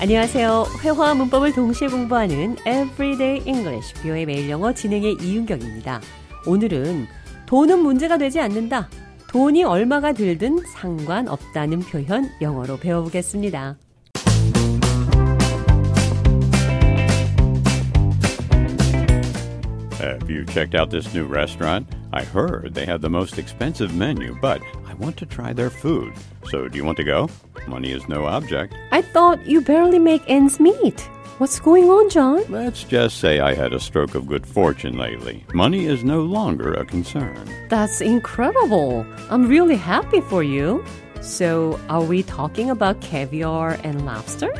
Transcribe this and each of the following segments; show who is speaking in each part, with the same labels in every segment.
Speaker 1: 안녕하세요. 회화와 문법을 동시에 공부하는 Everyday English 뷰의 매일 영어 진행의 이윤경입니다. 오늘은 돈은 문제가 되지 않는다. 돈이 얼마가 들든 상관없다는 표현 영어로 배워보겠습니다.
Speaker 2: Uh, Have you checked out this new restaurant? I heard they have the most expensive menu, but I want to try their food. So, do you want to go? Money is no object.
Speaker 1: I thought you barely make ends meet. What's going on, John?
Speaker 2: Let's just say I had a stroke of good fortune lately. Money is no longer a concern.
Speaker 1: That's incredible. I'm really happy for you. So, are we talking about caviar and lobster?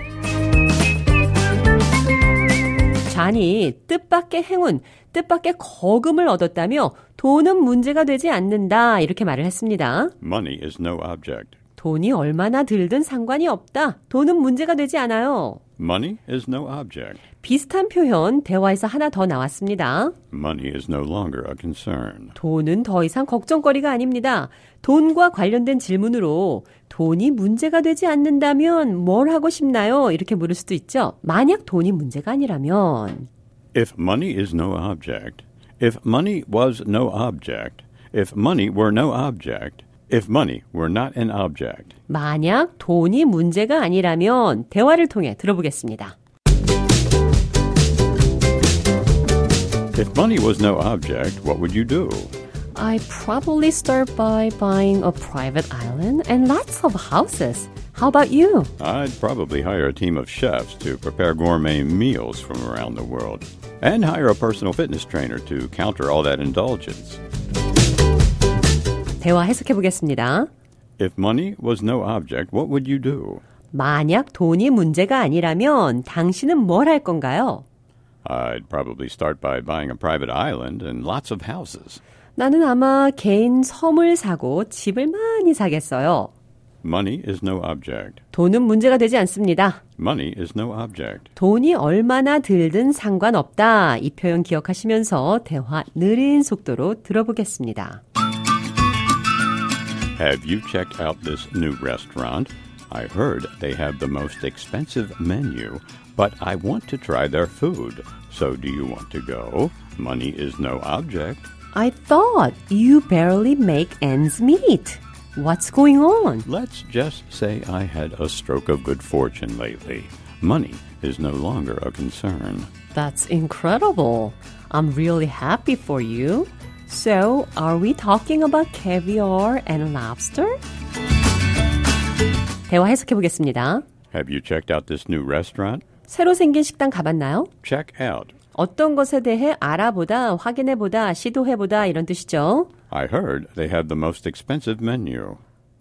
Speaker 1: 잔이 뜻밖의 행운, 뜻밖의 거금을 얻었다며 돈은 문제가 되지 않는다 이렇게 말을 했습니다.
Speaker 2: Money is no object.
Speaker 1: 돈이 얼마나 들든 상관이 없다. 돈은 문제가 되지 않아요.
Speaker 2: Money is no object.
Speaker 1: 비슷한 표현 대화에서 하나 더 나왔습니다.
Speaker 2: Money is no longer a concern.
Speaker 1: 돈은 더 이상 걱정거리가 아닙니다. 돈과 관련된 질문으로 돈이 문제가 되지 않는다면 뭘 하고 싶나요? 이렇게 물을 수도 있죠. 만약 돈이 문제가 아니라면
Speaker 2: If money is no object, if money was no object, if money were no object, if money were not an object.
Speaker 1: 만약 돈이 문제가 아니라면 대화를 통해 들어보겠습니다.
Speaker 2: If money was no object, what would you do?
Speaker 1: I probably start by buying a private island and lots of houses. How about you?
Speaker 2: I'd probably hire a team of chefs to prepare gourmet meals from around the world and hire a personal fitness trainer to counter all that indulgence.
Speaker 1: 대화 해석해 보겠습니다.
Speaker 2: If money was no object, what would you do?
Speaker 1: 만약 돈이 문제가 아니라면 당신은 뭘 할 건가요?
Speaker 2: I'd probably start by buying a private island and lots of houses.
Speaker 1: 나는 아마 개인 섬을 사고 집을 많이 사겠어요.
Speaker 2: Money is no object.
Speaker 1: 돈은 문제가 되지 않습니다.
Speaker 2: Money is no object.
Speaker 1: 돈이 얼마나 들든 상관없다. 이 표현 기억하시면서 대화 느린 속도로 들어보겠습니다.
Speaker 2: Have you checked out this new restaurant? I heard they have the most expensive menu, but I want to try their food. So do you want to go? Money is no object.
Speaker 1: I thought you barely make ends meet. What's going on?
Speaker 2: Let's just say I had a stroke of good fortune lately. Money is no longer a concern.
Speaker 1: That's incredible. I'm really happy for you. So, are we talking about caviar and lobster? 대화 해석해 보겠습니다.
Speaker 2: Have you checked out this new restaurant?
Speaker 1: 새로 생긴 식당 가봤나요?
Speaker 2: Check out.
Speaker 1: 어떤 것에 대해 알아보다, 확인해보다, 시도해보다 이런 뜻이죠.
Speaker 2: I heard they have the most expensive menu.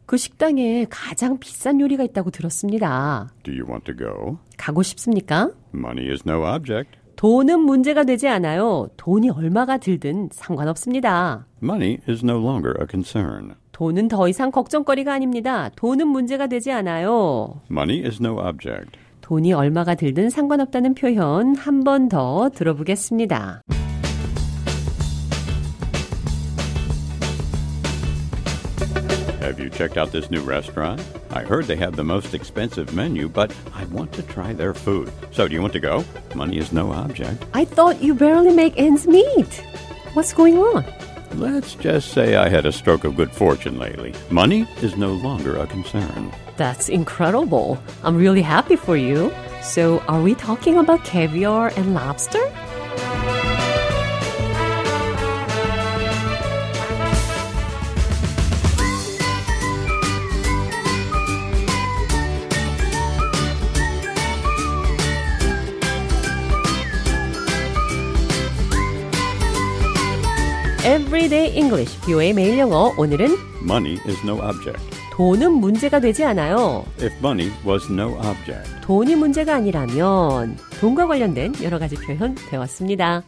Speaker 1: 그 식당에 가장 비싼 요리가 있다고 들었습니다.
Speaker 2: Do you want to go?
Speaker 1: 가고 싶습니까?
Speaker 2: Money is no object.
Speaker 1: 돈은 문제가 되지 않아요. 돈이 얼마가 들든 상관없습니다.
Speaker 2: Money is no longer a concern.
Speaker 1: 돈은 더 이상 걱정거리가 아닙니다. 돈은 문제가 되지 않아요.
Speaker 2: Money is no object.
Speaker 1: 돈이 얼마가 들든 상관없다는 표현 한 번 더 들어보겠습니다.
Speaker 2: Have you checked out this new restaurant? I heard they have the most expensive menu, but I want to try their food. So, do you want to go? Money is no object.
Speaker 1: I thought you barely make ends meet. What's going on?
Speaker 2: Let's just say I had a stroke of good fortune lately. Money is no longer a concern.
Speaker 1: That's incredible. I'm really happy for you. So, are we talking about caviar and lobster? Everyday English, 뷰의 매일 영어. 오늘은
Speaker 2: Money is no object.
Speaker 1: 돈은 문제가 되지 않아요.
Speaker 2: If money was no object.
Speaker 1: 돈이 문제가 아니라면 돈과 관련된 여러 가지 표현 배웠습니다.